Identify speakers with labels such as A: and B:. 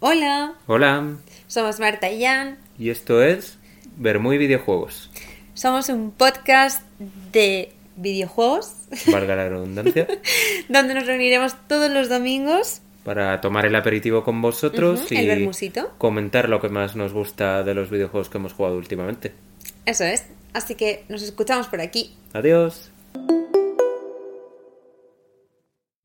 A: Hola,
B: Hola,
A: somos Marta y Jan.
B: y esto es Ver muy videojuegos.
A: Somos un podcast de videojuegos
B: Valga la redundancia.
A: donde nos reuniremos todos los domingos.
B: Para tomar el aperitivo con vosotros
A: Ujú,
B: y
A: el vermusito.
B: comentar lo que más nos gusta de los videojuegos que hemos jugado últimamente.
A: Eso es. Así que nos escuchamos por aquí.
B: Adiós.